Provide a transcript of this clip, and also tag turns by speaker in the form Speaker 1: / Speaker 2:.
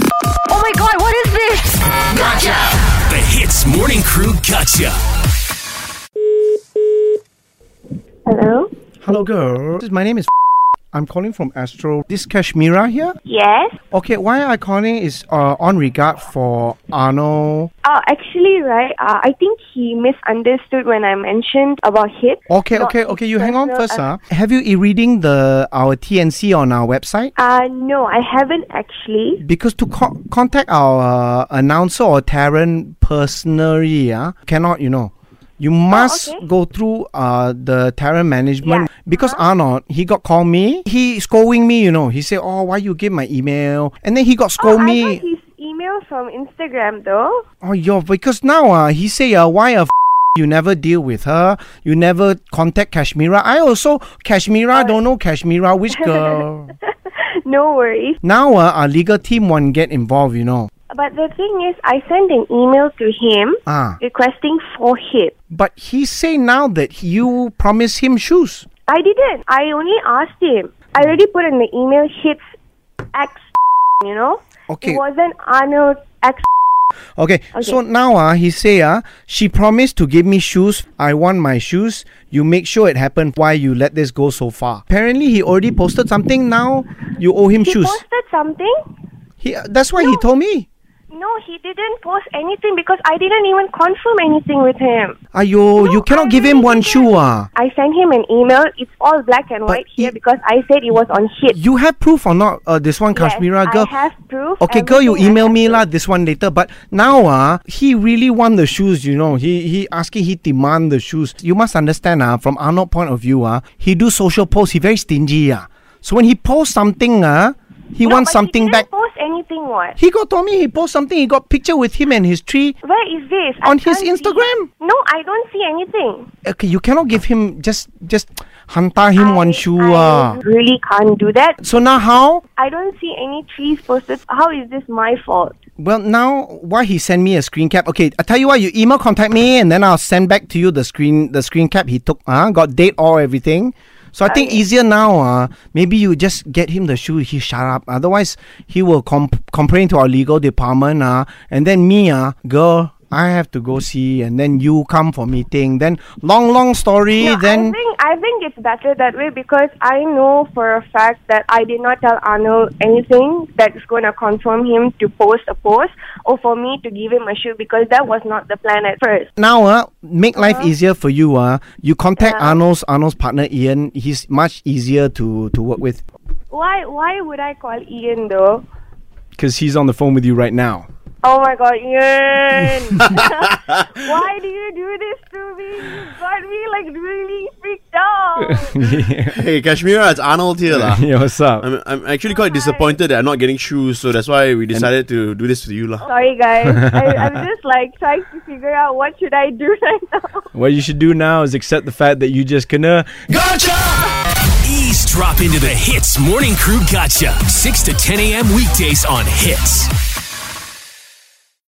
Speaker 1: Oh my god, what is this?
Speaker 2: The Hits Morning Crew Gotcha.
Speaker 3: Hello?
Speaker 4: Hello, girl. My name is. I'm calling from Astro. This Kashmira here.
Speaker 3: Yes?
Speaker 4: Okay, why I calling is uh, on regard for Arno.
Speaker 3: Uh, actually, right, uh, I think he misunderstood when I mentioned about hit.
Speaker 4: Okay,
Speaker 3: Not
Speaker 4: okay, okay. You hang on
Speaker 3: internal,
Speaker 4: first,
Speaker 3: uh,
Speaker 4: huh? Have you e reading the our TNC on our website?
Speaker 3: Uh, no, I haven't actually.
Speaker 4: Because to co- contact our uh, announcer or Taryn personally, uh, cannot, you know. You must
Speaker 3: Oh, okay.
Speaker 4: go through uh, the Taryn
Speaker 3: Yeah.
Speaker 4: management
Speaker 3: Uh-huh.
Speaker 4: because Arnold, he got call me. He scolding me, you know. He said, "Oh, why you give my email?" And then he got
Speaker 3: Oh,
Speaker 4: scold
Speaker 3: I
Speaker 4: me.
Speaker 3: got his email from Instagram though.
Speaker 4: Oh, yo, because now uh, he say uh, why a f- you never deal with her, you never contact Kashmira. I also Kashmira don't know Kashmira which girl.
Speaker 3: No worries.
Speaker 4: now uh, our legal team won't get involved, you know.
Speaker 3: But the thing is, I sent an email to him
Speaker 4: Ah,
Speaker 3: requesting for hit.
Speaker 4: but he say now that you promise him shoes.
Speaker 3: I didn't. I only asked him. I already put in the email hits X, you know?
Speaker 4: Okay.
Speaker 3: It wasn't Arnold X.
Speaker 4: Okay, so now uh, he say uh, she promised to give me shoes. I want my shoes. You make sure it happened. Why you let this go so far? Apparently he already posted something. Now you owe him
Speaker 3: He
Speaker 4: shoes.
Speaker 3: posted something?
Speaker 4: He, that's why he told me.
Speaker 3: No, he didn't post anything because I didn't even confirm anything with him.
Speaker 4: Ayo, you cannot
Speaker 3: I
Speaker 4: give him
Speaker 3: really
Speaker 4: one
Speaker 3: didn't.
Speaker 4: shoe ah.
Speaker 3: I sent him an email. It's all black and white here
Speaker 4: it-
Speaker 3: because I said it was on hit.
Speaker 4: You have proof or not? Uh, this one, Kashmira
Speaker 3: yes,
Speaker 4: girl.
Speaker 3: I have proof.
Speaker 4: okay, girl, you
Speaker 3: everything I
Speaker 4: email
Speaker 3: have
Speaker 4: me
Speaker 3: proof.
Speaker 4: lah. This one later. But now ah, he really want the shoes. You know, he he asking he demand the shoes. You must understand ah, from Arnold point of view ah, he do social post. He very stingy ah. So when he post something ah, he
Speaker 3: No,
Speaker 4: wants
Speaker 3: but
Speaker 4: something
Speaker 3: he
Speaker 4: back.
Speaker 3: didn't post anything. What?
Speaker 4: He got told me he post something. He got picture with him and his tree.
Speaker 3: Where is this? I
Speaker 4: On his
Speaker 3: can't see-
Speaker 4: Instagram.
Speaker 3: No, I don't see anything.
Speaker 4: Okay, you cannot give him just just hanta him one shoe ah.
Speaker 3: I really can't do that.
Speaker 4: So now how?
Speaker 3: I don't see any trees posted. How is this my fault?
Speaker 4: Well, now why he sent me a screen cap? Okay, I tell you what, you email contact me, and then I'll send back to you the screen the screen cap he took. Ah, got date or everything. So I think easier now. Uh, maybe you just get him the shoe. He shut up. Otherwise, he will comp- complain to our legal department. Uh, and then me, uh, girl, I have to go see, and then you come for meeting. Then long, long story.
Speaker 3: No, I
Speaker 4: then
Speaker 3: think I think it's better that way because I know for a fact that I did not tell Arnold anything that's going to confirm him to post a post or for me to give him a shoe because that was not the plan at first.
Speaker 4: now uh, make life
Speaker 3: Uh-huh.
Speaker 4: easier for you. Uh, you contact Arnold's Arnold's partner Ian. He's much easier to to work with.
Speaker 3: Why why would I call Ian though?
Speaker 4: because he's on the phone with you right now.
Speaker 3: Oh my god, Ian! why do you do this to me? You got me like really freaked out.
Speaker 5: Hey, Kashmira, it's Arnold here. lah.
Speaker 4: yeah, what's up?
Speaker 5: I'm, I'm actually quite disappointed that I'm not getting shoes, so that's why we decided to do this to you. lah.
Speaker 3: Sorry guys, I, I'm just like trying to figure out what should I do right now.
Speaker 4: What you should do now is accept the fact that you just gonna.
Speaker 2: Gotcha! Eavesdrop into the Hits Morning Crew Gotcha. 6 to 10 a.m. weekdays on Hits.